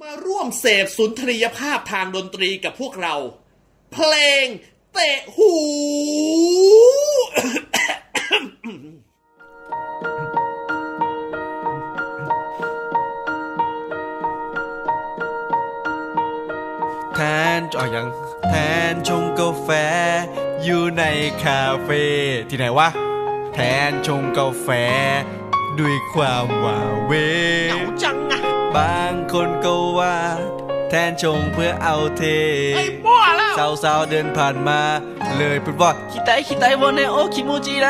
มาร่วมเสพสุนทรียภาพทางดนตรีกับพวกเรา เพลงเตะหู แทนอ๋อยังแทนชงกาแฟ อยู่ในคาเฟ่ที่ไหนวะ แทนชงกาแฟ ด้วยความว่าเว เหงาจังอะ บางคนก็ว่า แทนชงเพื่อเอาเท ไอ้บ้าแล้ว สาวๆเดินผ่านมา เลยพูดว่า 期待期待我のお気持ちだ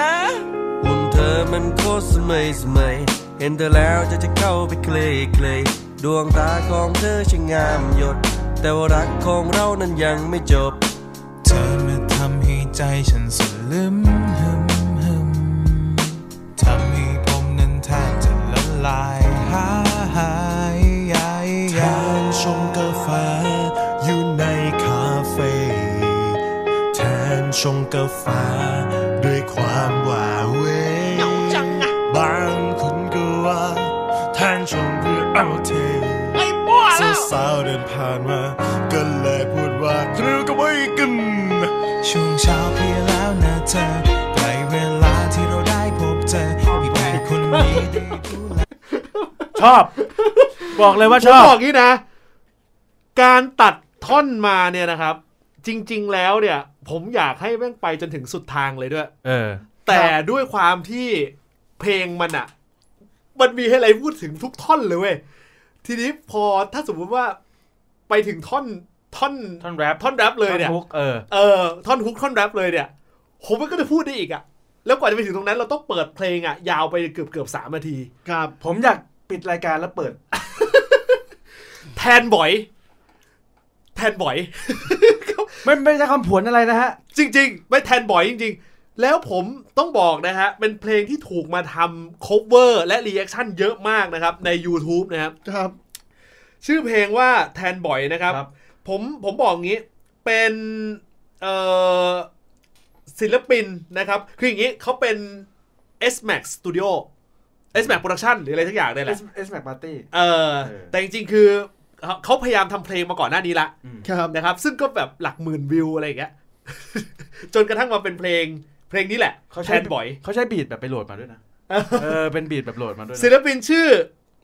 หุ่นเธอมันโคตรสมัยสมัย เห็นเธอแล้วจะจะเข้าไปเคลยเคลยดวงตาของเธอช่างงามหยด แต่ว่ารักของเรานั้นยังไม่จบ เธอมาทำให้ใจฉันสลึมหึมหึมทำให้ผมนั้นแทบจะละลาย หายหายหายทานชงกาแฟ อยู่ในคาเฟ่แทนชงกาแฟ ด้วยความหวาเหวเหงาจังอะบางคนก็ว่าแทนชงเพื่อเอาเท สาวสาวๆเดินผ่านมา ก็เลยพูดว่าครูก็ไม่กึมช่วงเช้าเพียแล้วนะเธอใกล้เวลาที่เราได้พบ เธอมีแพทย์คนนี้ได้ดูแล ชอบ บอกเลยว่า ผ ช ม อบ บอกงี้นะ การตัดท่อนมาเนี่ยนะครับ จริง ๆ แล้วเนี่ย ผมอยากให้แม่งไปจนถึงสุดทางเลยด้วย เออ แต่ด้วยความที่เพลงมันอะมันมีให้อะไรพูดถึงทุกท่อนเลยเว้ยทีนี้พอถ้าสมมุติว่าไปถึงท่อนท่อน ท่อนแรป ท่อนแรปเลยเนี่ย ฮุกเออ เออท่อนฮุกท่อนแรปเลยเนี่ยผมมันก็จะพูดได้อีกอะแล้วกว่าจะไปถึงตรงนั้น เราต้องเปิดเพลงอะยาวไปเกือบเกือบสามนาที ครับ ผมอยากปิดรายการแล้วเปิด แทนบ่อย แทนบ่อย ไม่ไม่ใช่คำผวนอะไรนะฮะ จริงๆ ไม่แทนบ่อยจริง ๆ แล้วผมต้องบอกนะฮะ เป็นเพลงที่ถูกมาทำ cover และ reaction เยอะมากนะครับ ใน YouTube นะครับ ครับ ชื่อเพลงว่าแทนบ่อยนะครับ ครับ ผมผมบอกงี้ เป็นเอ่อศิลปินนะครับ คืออย่างนี้เขาเป็น S Max Studio S Max Production หรืออะไรทั้งอย่างเนี่ยแหละ S S Mac Party เออ แต่จริงๆ คือเขาเขาพยายามทำเพลงมาก่อนหน้านี้ละ ครับ นะครับซึ่งก็แบบหลักหมื่นวิวอะไรอย่างเงี้ย จนกระทั่งมาเป็นเพลงเพลงนี้แหละ เขาใช้ แทนบ่อย เขาใช้บีดแบบไปโหลดมาด้วยนะ เออ เป็นบีดแบบโหลดมาด้วยนะ ศิลปินชื่อ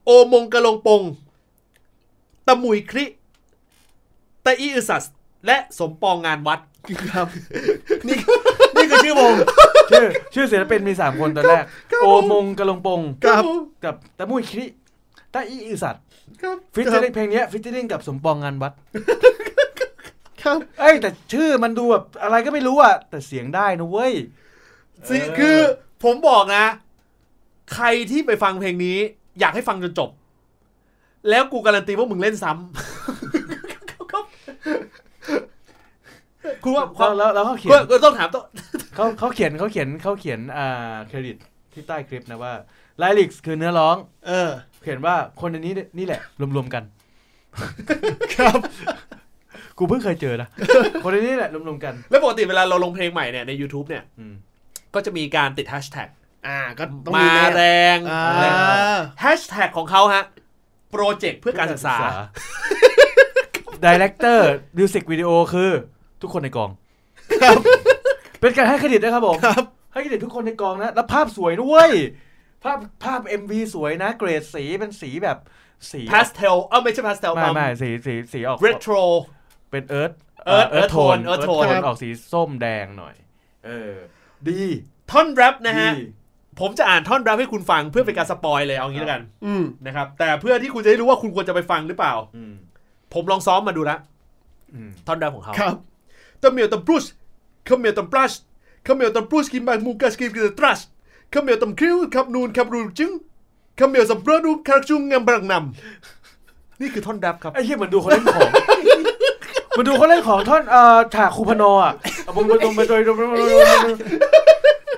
โอมงกะลงปงตะหมุยคริตะอีอึสัส และสมปองงานวัด ครับ นี่นี่คือชื่อวง ชื่อ ชื่อศิลปินมี 3 คนตอนแรก โอมงกะลงปง ครับ กับตะมุยคริตะอีอือสัตว์ ครับ ฟิชเจอริงเพลงเนี้ฟิชเจอริงกับสมปองงานวัด ครับ เอ้ย แต่ชื่อมันดูแบบอะไรก็ไม่รู้อ่ะ แต่เสียงได้นะเว้ย สิคือผมบอกนะ ใครที่ไปฟังเพลงนี้ อยากให้ฟังจนจบ แล้วกูการันตีว่ามึงเล่นซ้ำ คุณว่าความ แล้วแล้วเขาเขียน ก็ต้องถามต้อง เขาเขาเขียนเขาเขียนเขาเขียนอ่าเครดิตที่ใต้คลิปนะว่าไลลิกส์คือเนื้อร้อง เออ เขียนว่าคนในนี้นี่แหละ รวมๆกัน ครับ กูเพิ่งเคยเจอนะคนในนี้แหละรวมๆกัน แล้วปกติเวลาเราลงเพลงใหม่เนี่ยใน YouTube เนี่ย อืม ก็จะมีการติดแฮชแท็ก อ่า ก็ต้อง มาแรง อ่า แฮชแท็กของเขาฮะ โปรเจกต์เพื่อการศึกษา ดีเลกเตอร์มิวสิกวิดีโอคือ ทุกคนในกอง เป็นการให้เครดิตนะครับผมให้เครดิตทุกคนในกองนะ แล้วภาพสวยด้วย ภาพภาพ MV สวยนะ เกรดสีเป็นสีแบบสี พาสเทลเออไม่ใช่พาสเทล ไม่ไม่สีสีสีออก เรโทร เป็นเอิร์ธ Earth Earth Tone Earth Earth Tone Tone ครับ ออกสีส้มแดงหน่อย เออ ดี ท่อนแรปนะฮะ ดี ผมจะอ่านท่อนแรปให้คุณฟังเพื่อเป็นการสปอยเลยเอางี้แล้วกัน อืม นะครับแต่เพื่อที่คุณจะได้รู้ว่าคุณควรจะไปฟังหรือเปล่า อืม ผมลองซ้อมมาดูละ อืม ท่อนแรปของเขา ครับ Kamilton Bruce Kamilton Brush Kamilton Bruce กินบางมูกาสกินกินตรัส Kamilton Crew ครับนูนครับรูนจึง Kamilton Brodu คารักจุงงามบรังนำนี่คือท่อนแรปครับ ไอ้เหี้ยเหมือนดูเขาเล่นของ เหมันดูเขาเล่นของท่อนเอ่อฉากคูพนออ่ะเอาบงบงบงบงบงบงบงบงบง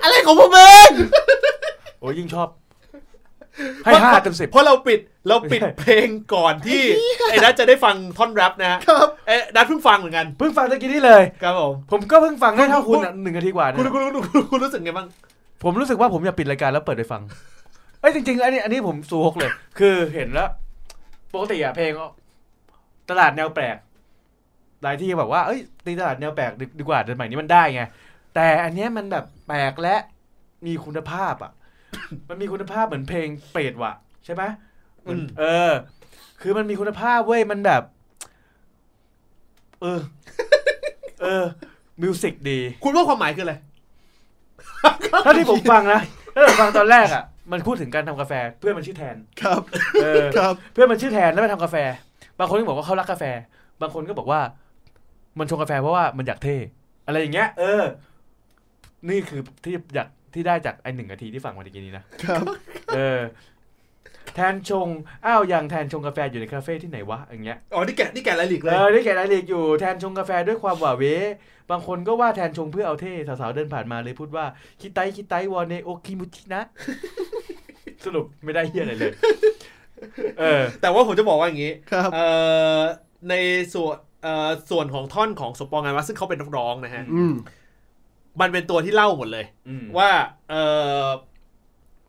อะไรของพวกมึง โอ้ยยิ่งชอบ ให้ห้าเต็มสิบ เพราะเราปิดเราปิด ไม่ใช่ เพลงก่อนที่ ไอ้นัทจะได้ฟังท่อนแรปนะฮะ ครับ ไอ้นัทเพิ่งฟังเหมือนกัน เพิ่งฟังตะกี้นี่เลย ครับผม ผมก็เพิ่งฟังได้เท่าคุณอ่ะหนึ่งนาทีกว่าเนี่ คุณ ย คุณคุณคุณคุณรู้สึกไงบ้าง ผมรู้สึกว่าผมอยากปิดรายการแล้วเปิดไปฟัง เอ้ยจริงๆอันนี้อันนี้ผมซูฮกเลย คือเห็นแล้ว ปกติอ่ะเพลง ตลาดแนวแปลกหลายที่แบบว่าเอ้ยตีตลาดแนวแปลกดีดีกว่าเดือนใหม่นี้มันได้ไง แต่อันเนี้ยมันแบบแปลกและมีคุณภาพอ่ะ มันมีคุณภาพเหมือนเพลงเปรตว่ะ ใช่ไหมเหมือนเออ คือมันมีคุณภาพเว้ยมันแบบ เออ เออมิวสิกดี คุณว่าความหมายคืออะไร เท่าที่ผมฟังนะถ้าผมฟังตอนแรกอ่ะ มันพูดถึงการทำกาแฟ เพื่อนมันชื่อแทน ครับ เออ ครับ เพื่อนมันชื่อแทนแล้วไปทำกาแฟ บางคนก็บอกว่าเขารักกาแฟ บางคนก็บอกว่า มันชงกาแฟเพราะว่ามันอยากเท่ อะไรอย่างเงี้ย เออ นี่คือที่อยากที่ได้จากไอหนึ่งนาทีที่ฟังวันเมื่อกี้นี้นะครับ เออ แทนชง อ้าวยังแทนชงกาแฟอยู่ในคาเฟ่ที่ไหนวะ อย่างเงี้ย อ๋อ นี่แกะนี่แกะรายละเอียดเล เอย อได้แก่รายละเอียดอยู่แทนชงกาแฟด้วยความหว่าเว บางคนก็ว่าแทนชงเพื่อเอาเท่สาวๆเดินผ่านมาเลยพูดว่า คิไตคิไตวอนเนโอคิมุชินะ สรุปไม่ได้เฮียอะไรเลย เออ แต่ว่าผมจะบอกว่าอย่างนี้ ครับ เอ่อในส่วนเอ่อส่วนของท่อนของสมปองไงานวัดซึ่งเขาเป็นนักร้องนะฮะ อืม มันเป็นตัวที่เล่าหมดเลย อืม ว่าเออ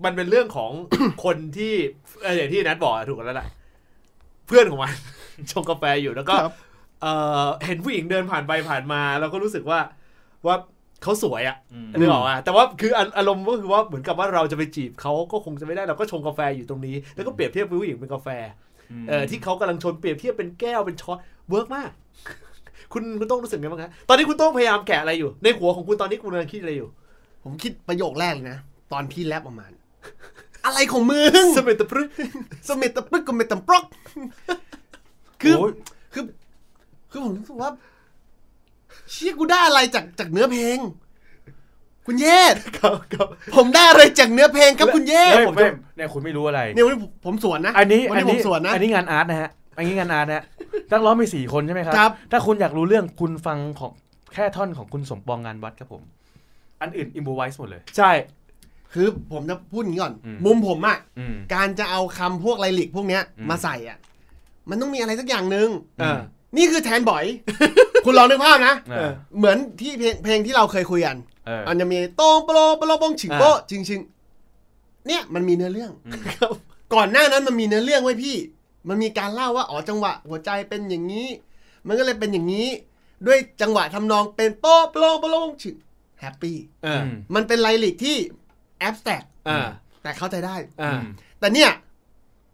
มันเป็นเรื่องของ คนที่เอ่ออย่างที่นัทบอกอะถูกแล้วแหละเพื่อนของมัน ชงกาแฟอยู่แล้วก็ ครับ เออเห็นผู้หญิงเดินผ่านไปผ่านมาแล้วก็รู้สึกว่าว่าเขาสวยอะนึกออกอะแต่ว่าคืออารอารมณ์ก็คือว่าเหมือนกับว่าเราจะไปจีบเขาก็คงจะไม่ได้เราก็ชงกาแฟอยู่ตรงนี้ แล้วก็เปรียบเทียบผู้หญิงเป็นกาแฟ เออที่เขากำลังชนเปรียบเทียบเป็นแก้วเป็นช้อนเวิร์กมาก คุณคุณโต้องรู้สึกไงบ้างคะตอนนี้คุณโต้องพยายามแกะอะไรอยู่ ในหัวของคุณตอนนี้คุณกำลังคิดอะไรอยู่ ผมคิดประโยคแรกเลยนะ ตอนพี่แรปออกมา อะไรของมึง สมัยตะพรึก สมิตะปรึกกับเมตัมปรอก คือ คือ คือผมรู้สึกว่า เชี่ยกูได้อะไรจากจากเนื้อเพลง คุณเยศ ครับครับ ผมได้อะไรจากเนื้อเพลงครับคุณเยศ เฮ้ยเว้ยเนี่ยคุณไม่รู้อะไร เนี่ยวันนี้ผมผมสวนนะ อันนี้ วัน อันนี้ผ นี้ มสวนนะ อันนี้งานอาร์ตนะฮะ อันนี้งานอาร์ตนะฮะนักร้องมีสี่คนใช่ไหมครับ ครับ ถ้าคุณอยากรู้เรื่องคุณฟังของแค่ท่อนของคุณสมปองงานวัดครับผม อันอื่นอิมโบไวส์หมดเลย ใช่ คือผมจะพูดอย่างนี้ก่อน อืม มุมผมอะ อืม การจะเอาคำพวกไลลิกพวกเนี้ย อืม มาใส่อะมันต้องมีอะไรสักอย่างหนึ่ง เออ นี่คือแทนบ่อย คุณลองนึกภาพนะ เออ เหมือนที่เพลงเพลงที่เราเคยคุยกัน เออ มันจะมีโต้งโปโลโปโลโปงฉิงโปะชิงชิงเนี่ยมันมีเนื้อเรื่อง อืม ครับก่อนหน้านั้นมันมีเนื้อเรื่องไว้พี่ มันมีการเล่าว่าอ๋อจังหวะ หัวใจเป็นอย่างนี้ มันก็เลยเป็นอย่างนี้ ด้วยจังหวะทำนองเป็นโปะโปโลโปโลโปงฉิงแฮปปี้ เออ ม มันเป็นไลลิกที่แอบสแต็ก เออ แต่เข้าใจได้ เออ แต่เนี่ย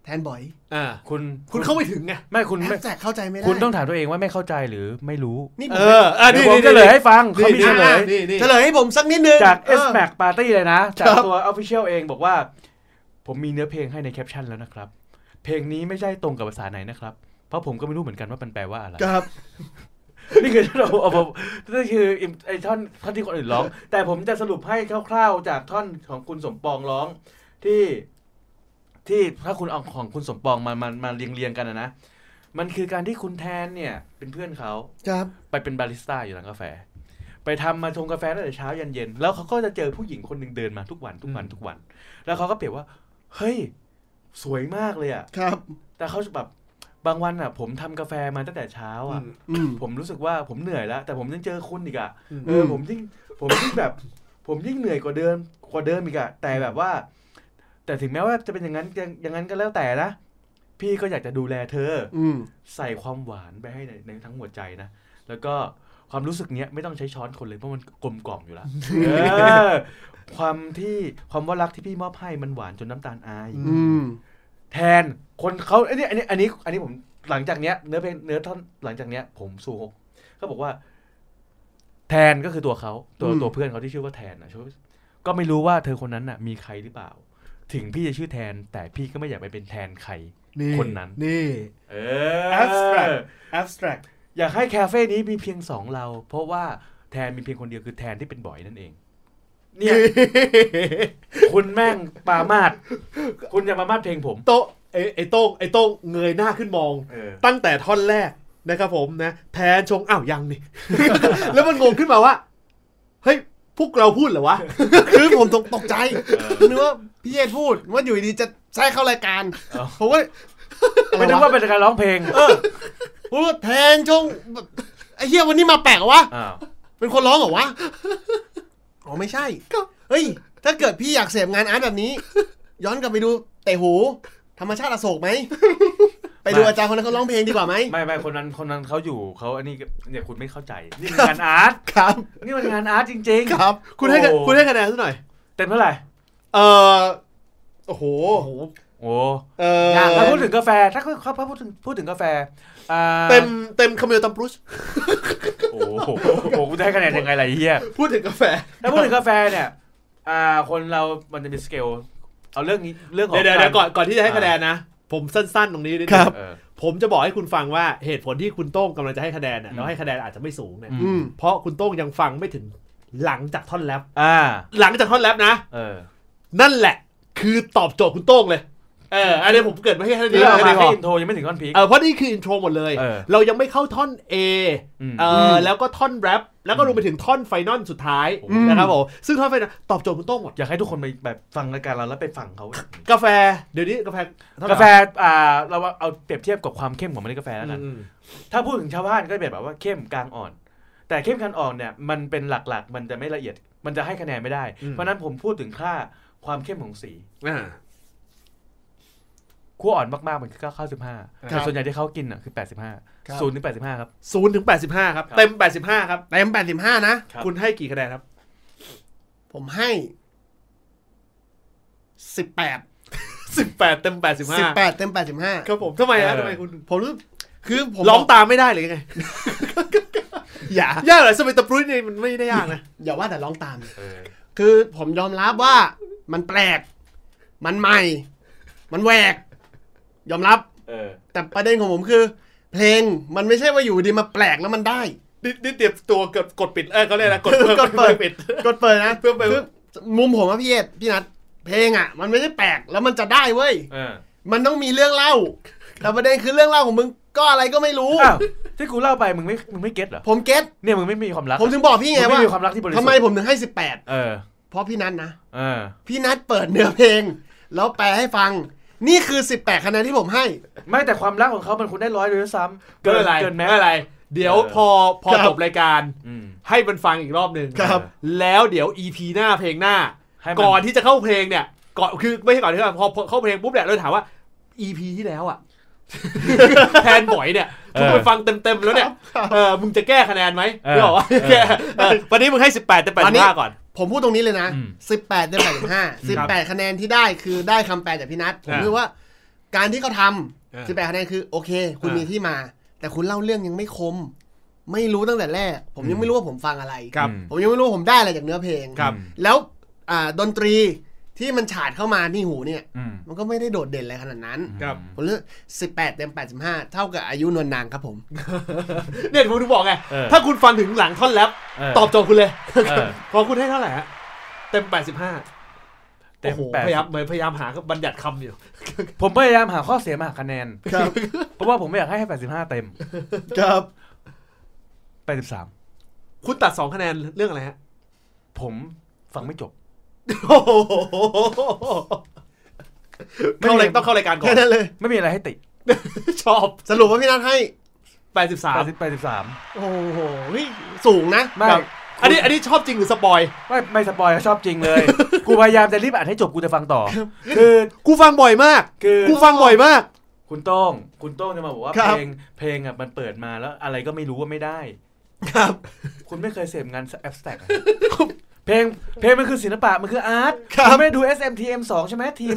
แทนบอย เออ คุณ คุณเข้าไม่ถึงไง ไม่คุณ แอบ ไม่ สแต็กเข้าใจไม่ได้ คุณต้องถามตัวเองว่าไม่เข้าใจหรือไม่รู้ นี่ผ เอ ม ออ่ะนี่ เดี๋ยวผม นี่ เฉลยให้ฟัง นี่ เขามี นี่ เฉลย นี่นี่ เฉลยให้ผมสักนิดนึง จาก เออ S Mac Party เลยนะ จาก ครับ ตัว Official เองบอกว่า ผมมีเนื้อเพลงให้ในแคปชั่นแล้วนะครับ เพลงนี้ไม่ใช่ตรงกับภาษาไหนนะครับ เพราะผมก็ไม่รู้เหมือนกันว่ามันแปลว่าอะไร ครับ นี่คือที่เราเอามานี่คืออิมไอท่อนท่อนที่คนอื่นร้อง แต่ผมจะสรุปให้คร่าวๆ จากท่อนของคุณสมปองร้องที่ที่ถ้าคุณเอาของคุณสมปองมามามาเรียงเรียงๆกันนะนะ มันคือการที่คุณแทนเนี่ย เป็นเพื่อนเขา ครับ ไปเป็นบาริสต้าอยู่ร้านกาแฟ ไปทำมาชงกาแฟตั้งแต่เช้ายันเย็น แล้วเขาก็จะเจอผู้หญิงคนหนึ่งเดินมาทุกวันทุกวันทุกวัน แล้วเขาก็เปรียบว่า เฮ้ย สวยมากเลยอะ ครับ แต่เขาจะแบบบางวันอะผมทำกาแฟมาตั้งแต่เช้าอะ อืม ผมรู้สึกว่าผมเหนื่อยแล้ว แต่ผมยังเจอคุณอีกอะ อืม เออผมยิ่งผมยิ่งแบบ ผมยิ่งเหนื่อยกว่าเดิมกว่าเดิมอีกอะแต่แบบว่า แต่ถึงแม้ว่าจะเป็นอย่างนั้นยังอย่างนั้นก็แล้วแต่นะพี่ก็อยากจะดูแลเธอ อืม ใส่ความหวานไปให้ในในทั้งหัวใจนะ แล้วก็ความรู้สึกเนี้ยไม่ต้องใช้ช้อนคนเลย เพราะมันกลมกล่อม อยู่แล้วเออความที่ความว่ารักที่พี่มอบให้มันหวานจนน้ำตาลอาย อืม แทนคนเขาไอ้นี่อันนี้อันนี้อันนี้ผมหลังจากเนี้ยเนื้อเพลงเนื้อท่อนหลังจากเนี้ย ผมสู่หกเขาบอกว่า แทนก็คือตัวเขาตัว อืม ตัวเพื่อนเขาที่ชื่อว่าแทนนะชื่อก็ไม่รู้ว่าเธอคนนั้นน่ะ มีใครหรือเปล่า ถึงพี่จะชื่อแทน แต่พี่ก็ไม่อยากไปเป็นแทนใคร คนนั้น นี่ เอ อ Abstract abstract อยากให้คาเฟ่นี้มีเพียงสองเรา เพราะว่าแทนมีเพียงคนเดียวคือแทนที่เป็นบอยนั่นเอง เนี่ย คุณแม่งปรามาดคุณอย่ามามาดเพลงผม โต้ไอไอโต้งไอโต้งเงยหน้าขึ้นมอง เออ ตั้งแต่ท่อนแรกนะครับผมนะแทนชงอ้าวยังนี่ แล้วมันงงขึ้นมาว่าเฮ้ยพวกเราพูดเหร อวะ คือผมตกตกใจนึกว่าพี่เยศพูดว่าอยู่ดีจะใช้เข้ารายการผมก็ ไม่นึกว่าเป็นการร้องเพลง พูดแทนชงแบบไอ้เหี้ยวันนี้มาแปลกเหรอวะ อ้าว เป็นคนร้องเหรอวะ อ๋อไม่ใช่เฮ้ย ถ้าเกิดพี่อยากเสพงานอาร์ตแบบนี้ ย้อนกลับไปดูเตะหู ธรรมชาติอโศกไหม ไปดูอาจารย์คนนั้นเขาร้องเพลงดีกว่าไหม ไม่ไม่คนนั้นคนนั้นเขาอยู่เขาอันนี้ก็เนี่ยคุณไม่เข้าใจ นี่มันงานอาร์ต ครับ นี่มันงานอาร์ตจริง ครับ คุณให้คะ โอ้ คุณให้คะแนนสักหน่อย ๆ เต็มเท่าไหร่ เออโอ้โห โอ้ เออ ถ้าพูดถึงกาแฟถ้าคือถ้าพูดถึงพูดถึงกาแฟอ่า เต็มเต็มคาเมลตัมปรุส โอ้โหโอ้โหกูจะให้คะแนนยังไงล่ะไอ้เฮีย พูดถึงกาแฟ ถ้าพูดถึงกาแฟเนี่ยอ่าคนเรา มันจะมีสเกล เอาเรื่องนี้เรื่องของ เดี๋ยวเดี๋ยวเดี๋ยวก่อนก่อนที่จะให้คะแนนนะ ผมสั้น ๆ ตรงนี้นิดนึง เออ ผมจะบอกให้คุณฟังว่าเหตุผลที่คุณโต้งกำลังจะให้คะแนนน่ะแล้วให้คะแนนอาจจะไม่สูงเนี่ย อื อืม เพราะคุณโต้งยังฟังไม่ถึงหลังจากท่อนแรป อ่า หลังจากท่อนแรปนะ เออ นั่นแหละ คือตอบโจทย์คุณโต้งเลย เอออันนี้ผมเกิดมาให้แค่นี้ ที่เรามา แค่ แค่ นี้ อินโทรยังไม่ถึงก้อนพีค เออเพราะนี่คืออินโทรหมดเลย เออ ยังไม่เข้าท่อน A อืม เออแล้วก็ท่อนแรปแล้วก็รวมไปถึงท่อนไฟนอลสุดท้าย อืม นะครับผมซึ่งท่อนไฟนอลตอบโจทย์คุณโต้งหมด อยากให้ทุกคนไปแบบฟังรายการเราแล้วไปฟังเขา กาแฟ เดี๋ยวนี้กาแฟเท่ไหร่ กาแฟอ่าเราเอาเปรียบเทียบกับความเข้มของเมล็ดกาแฟแล้วกัน อืม ถ้าพูดถึงชาวบ้านก็จะเป็นแบบว่าเข้มกลางอ่อน แต่เข้มกลางอ่อนเนี่ยมันเป็นหลักๆ มันจะไม่ละเอียด มันจะให้คะแนนไม่ได้ อืม เพราะฉะนั้นผมพูดถึงค่าความเข้มของสี อ่า ขั้วอ่อนมากๆมันคือ95แต่ส่วนใหญ่ที่เขากินอ่ะคือ ครับ 85ศูนย์ถึง85ครับ ศูนย์ถึงแปดสิบห้าครับ ครับ เต็มแปดสิบห้าครับ เต็มแปดสิบห้านะ ครับ คุณให้กี่คะแนนครับ ผมให้สิบแปด สิบแปดเต็มแปดสิบห้า สิบแปดเต็มแปดสิบห้า ครับผมทำไมฮะ เออ ทำไมคุณ ผมรู้คือผม ร้องตามไม่ได้เลยไง อย่า ยากเหรอสมัยตะปรุ่ยเนี่ยมันไม่ได้ยากนะ อย่าว่าแต่ร้องตาม คือผมยอมรับว่ามันแปลก มันใหม่ มันแหวก ยอมรับ เออ แต่ประเด็นของผมคือ เพลงมันไม่ใช่ว่าอยู่ดีมาแปลกแล้วมันได้ นี่นี่เตรียมตัวเกิดกดปิดเออเขาเรียกอะไรกดเปิด กดเปิด กปิด กดเปิดนะ เพื่อไป คือมุมผมอะพี่เอ็ดพี่นัทเพลงอะมันไม่ใช่แปลกแล้วมันจะได้เว้ย เออ มันต้องมีเรื่องเล่า แต่ประเด็นคือเรื่องเล่าของมึงก็อะไรก็ไม่รู้ อ้าวที่กูเล่าไปมึงไม่มึงไม่เก็ตเหรอ ผมเก็ต เนี่ยมึงไม่มีความรัก ผมถึงบอกพี่ไง มึ ว่า ไม่มีความรักที่บริสุท ทำ ธิ์ ไมผมถึงให้ เออ 18 เพราะพี่นัทนะ เออ พี่นัทเปิดเนื้อเพลง แล้วแปลให้ฟัง นี่คือ 18คะแนนที่ผมให้ ไม่แต่ความรักของเขามันคุณได้ร้อยเลยด้วยซ้ำเกินเกินแม้ อะไร เดี๋ยวพอพอ ครับ จบรายการ อืม ให้มันฟังอีกรอบหนึ่ง ครับ แล้วเดี๋ยว EP หน้าเพลงหน้า ให้มั ก่อนที่จะเข้าเพลงเนี่ย ก่อนคือไม่ใช่ก่อนที่จะพอพอเข้าเพลงปุ๊บเนี่ยเราถามว่า EP ที่แล้วอ่ะ แทนบ่อยเนี่ยมึงไปฟังเต็มๆแล้วเนี่ยเออมึงจะแก้คะแนนไหมไม่บอกว่าแก้เออวันนี้มึงให้ 18แต่ วันนี้ 85ก่อน ผมพูดตรงนี้เลยนะ อืม 18เดือน85 18 คะแนนที่ได้คือได้คำแปลจากพี่นัทผม อ่า คิดว่า การที่เขาท อ่า ำ18คะแนนคือโอเค คุณ อ่ามี มีที่มา แต่คุณเล่าเรื่องยังไม่คม ไม่รู้ตั้งแต่แรก ผมยังไม่รู้ว่าผมฟังอะไร ครับ ผมยังไม่รู้ว่าผมได้อะไรจากเนื้อเพลง ครับ แล้วอ่าดนตรีที่มันฉาดเข้ามาที่หูเนี่ย อืม มันก็ไม่ได้โดดเด่นอะไรขนาดนั้น ครับ ผมเลือก18 เต็ม 85 เท่ากับอายุนวลนางครับผม เนี่ยผมถึงบอกไง เออ ถ้าคุณฟังถึงหลังท่อนแรป เออ ตอบโจทย์คุณเลย เออ พอคุณให้เท่าไหร่ฮะเต็ม 85 เต็ โอ้ ม โห แปด พยายามเหมือนพยายามหาบัญญัติคำอยู่ ผมพยายามหาข้อเสียมาหาคะแนน เพราะว่าผมไม่อยากให้ให้แปดสิบห้าเต็ม ครับ แปดสิบสาม คุณตัดสองคะแนนเรื่องอะไรฮะ ผมฟังไม่จบ โอ้โหเข้ารายต้องเข้ารายการก่อ แค่ น นั้นเลย ไม่มีอะไรให้ติ ชอบ สรุปว่าพี่นัทให้ แปด 83 สิบแปดสิบสาม โอ้โหเฮ้ยสูงนะ ไม่ ครับ อันนี้อันนี้ชอบจริงหรือสปอย ไม่ไม่สปอยล์ชอบจริงเลย กูพยายามจะรีบอ่านให้จบกูจะฟังต่อ คือ กูฟังบ่อยมาก คือ กูฟังบ่อยมาก คุณโต้ง คุณโต้งจะมาบอกว่า ครับ เพลง เพลงอ่ะมันเปิดมาแล้วอะไรก็ไม่รู้ว่าไม่ได้ ครับ คุณไม่เคยเสพงานแอ s แ r ็กเพลง เพลงมันคือศิลปะ มันคืออาร์ต คุณไม่ได้ดู SMTM 2 ใช่ไหมทีม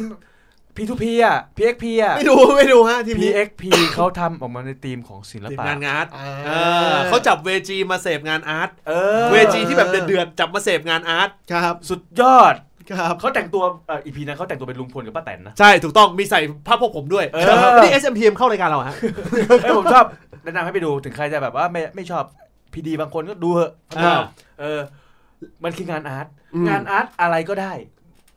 P2P อ่ะ PXP อ่ะ ไม่ดูไม่ดูฮะทีมนี้ PXP เขาทำออกมาในธีมของศิลปะ งานอาร์ต อ่า เออเขาจับเวจีมาเสพงานอาร์ต เออ เวจีที่แบบเดือดๆจับมาเสพงานอาร์ต ครับ สุดยอด ครับ เขาแต่งตัวเอ่อีพีนั้นเขาแต่งตัวเป็นลุงพลกับป้าแตนนะ ใช่ ถูกต้อง มีใส่ผ้าพวกผมด้วย เออ นี่ SMPM เข้ารายการเราฮะ เอ้ยผมชอบ แนะนำให้ไปดูถึงใครจะแบบว่าไม่ไม่ชอบพีดีบางคนก็ดูเหอะ อ่า เออ มันคืองานอาร์ต อืม งานอาร์ตอะไรก็ได้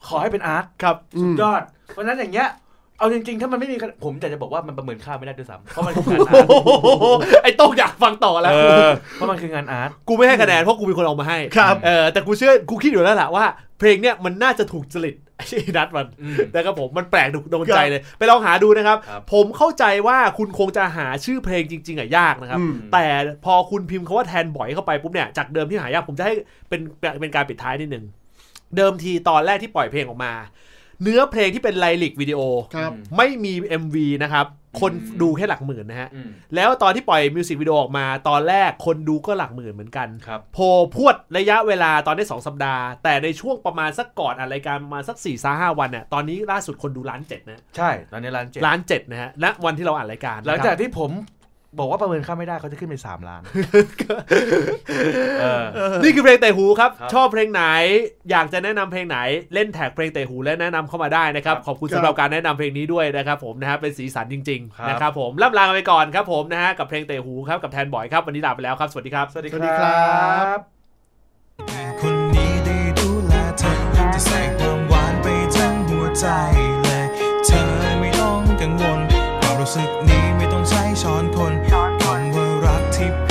ขอให้เป็นอาร์ต ครับ อืม ยอด เพราะฉะนั้นอย่างเงี้ย เอาจริงๆ ถ้ามันไม่มีคะผมอยากจะบอกว่ามันประเมินค่าไม่ได้ด้วยซ้ำเพราะมันคืองานอาร์ต ไอ้โต้งอยากฟังต่อแล้ว เอ อเพราะมันคืองานอาร์ต กูไม่ให้คะแนนเพราะกูเป็นคนเอามาให้ ครับ เออแต่กูเชื่อกูคิดอยู่แล้วแหละว่า เพลงเนี่ยมันน่าจะถูกจริตไอ้นัดมัน อืม นะครับผมมันแปลกถูกโดนใจเลย ไปลองหาดูนะครับ ครับ ผมเข้าใจว่าคุณคงจะหาชื่อเพลงจริง ๆอะยากนะครับ แต่พอคุณพิมพ์คาว่าแทนบ่อยเข้าไปปุ๊บเนี่ยจากเดิมที่หายากผมจะให้เป็นเป็นการปิดท้ายนิดนึงเดิมทีตอนแรกที่ปล่อยเพลงออกมา เนื้อเพลงที่เป็นไลลิกวิดีโอ ครับ ไม่มี MV นะครับ คนดูแค่หลักหมื่นนะฮะ แล้วตอนที่ปล่อยมิวสิกวิดีโอออกมา ตอนแรกคนดูก็หลักหมื่นเหมือนกัน ครับ โพลพรวดระยะเวลาตอนได้ 2 สัปดาห์ แต่ในช่วงประมาณสักก่อนอะไรายการประมาณสัก4ี่สห้าวันเนี่ยตอนนี้ล่าสุดคนดูล้านเจ็ดนะ ใช่ตอนนี้ล้านเจ็ด ล้านเจ็ดนะฮะณวันที่เราอ่านรายการนะ ห ค ลั รั ง บ จากที่ผมบอกว่าประเมินค่าไม่ได้เขาจะขึ้นไปสามล้านเออ นี่คือเพลงเตะหูครับ ครับ ชอบเพลงไหน อยากจะแนะนำเพลงไหน เล่นแท็กเพลงเตะหูและแนะนำเข้ามาได้นะครับ ขอบคุณสำหรับการแนะนำเพลงนี้ด้วยนะครับผมนะฮะเป็นสีสันจริงๆนะครับผมล่ำลากันไปก่อนครับผมนะฮะกับเพลงเตะหูครับกับแทนบอยครับวันนี้ลาไปแล้วครับสวัสดีครับ ส สวั วัส สดี ดีค ครั รับ คนนี้ได้ดูแลเธอจะใส่ความหวานไปทั้งหัวใจเลยเธอไม่ต้องกังวลความรู้สึกนี้ไม่ต้องใช้ช้อนคนคำว่ารักที่พ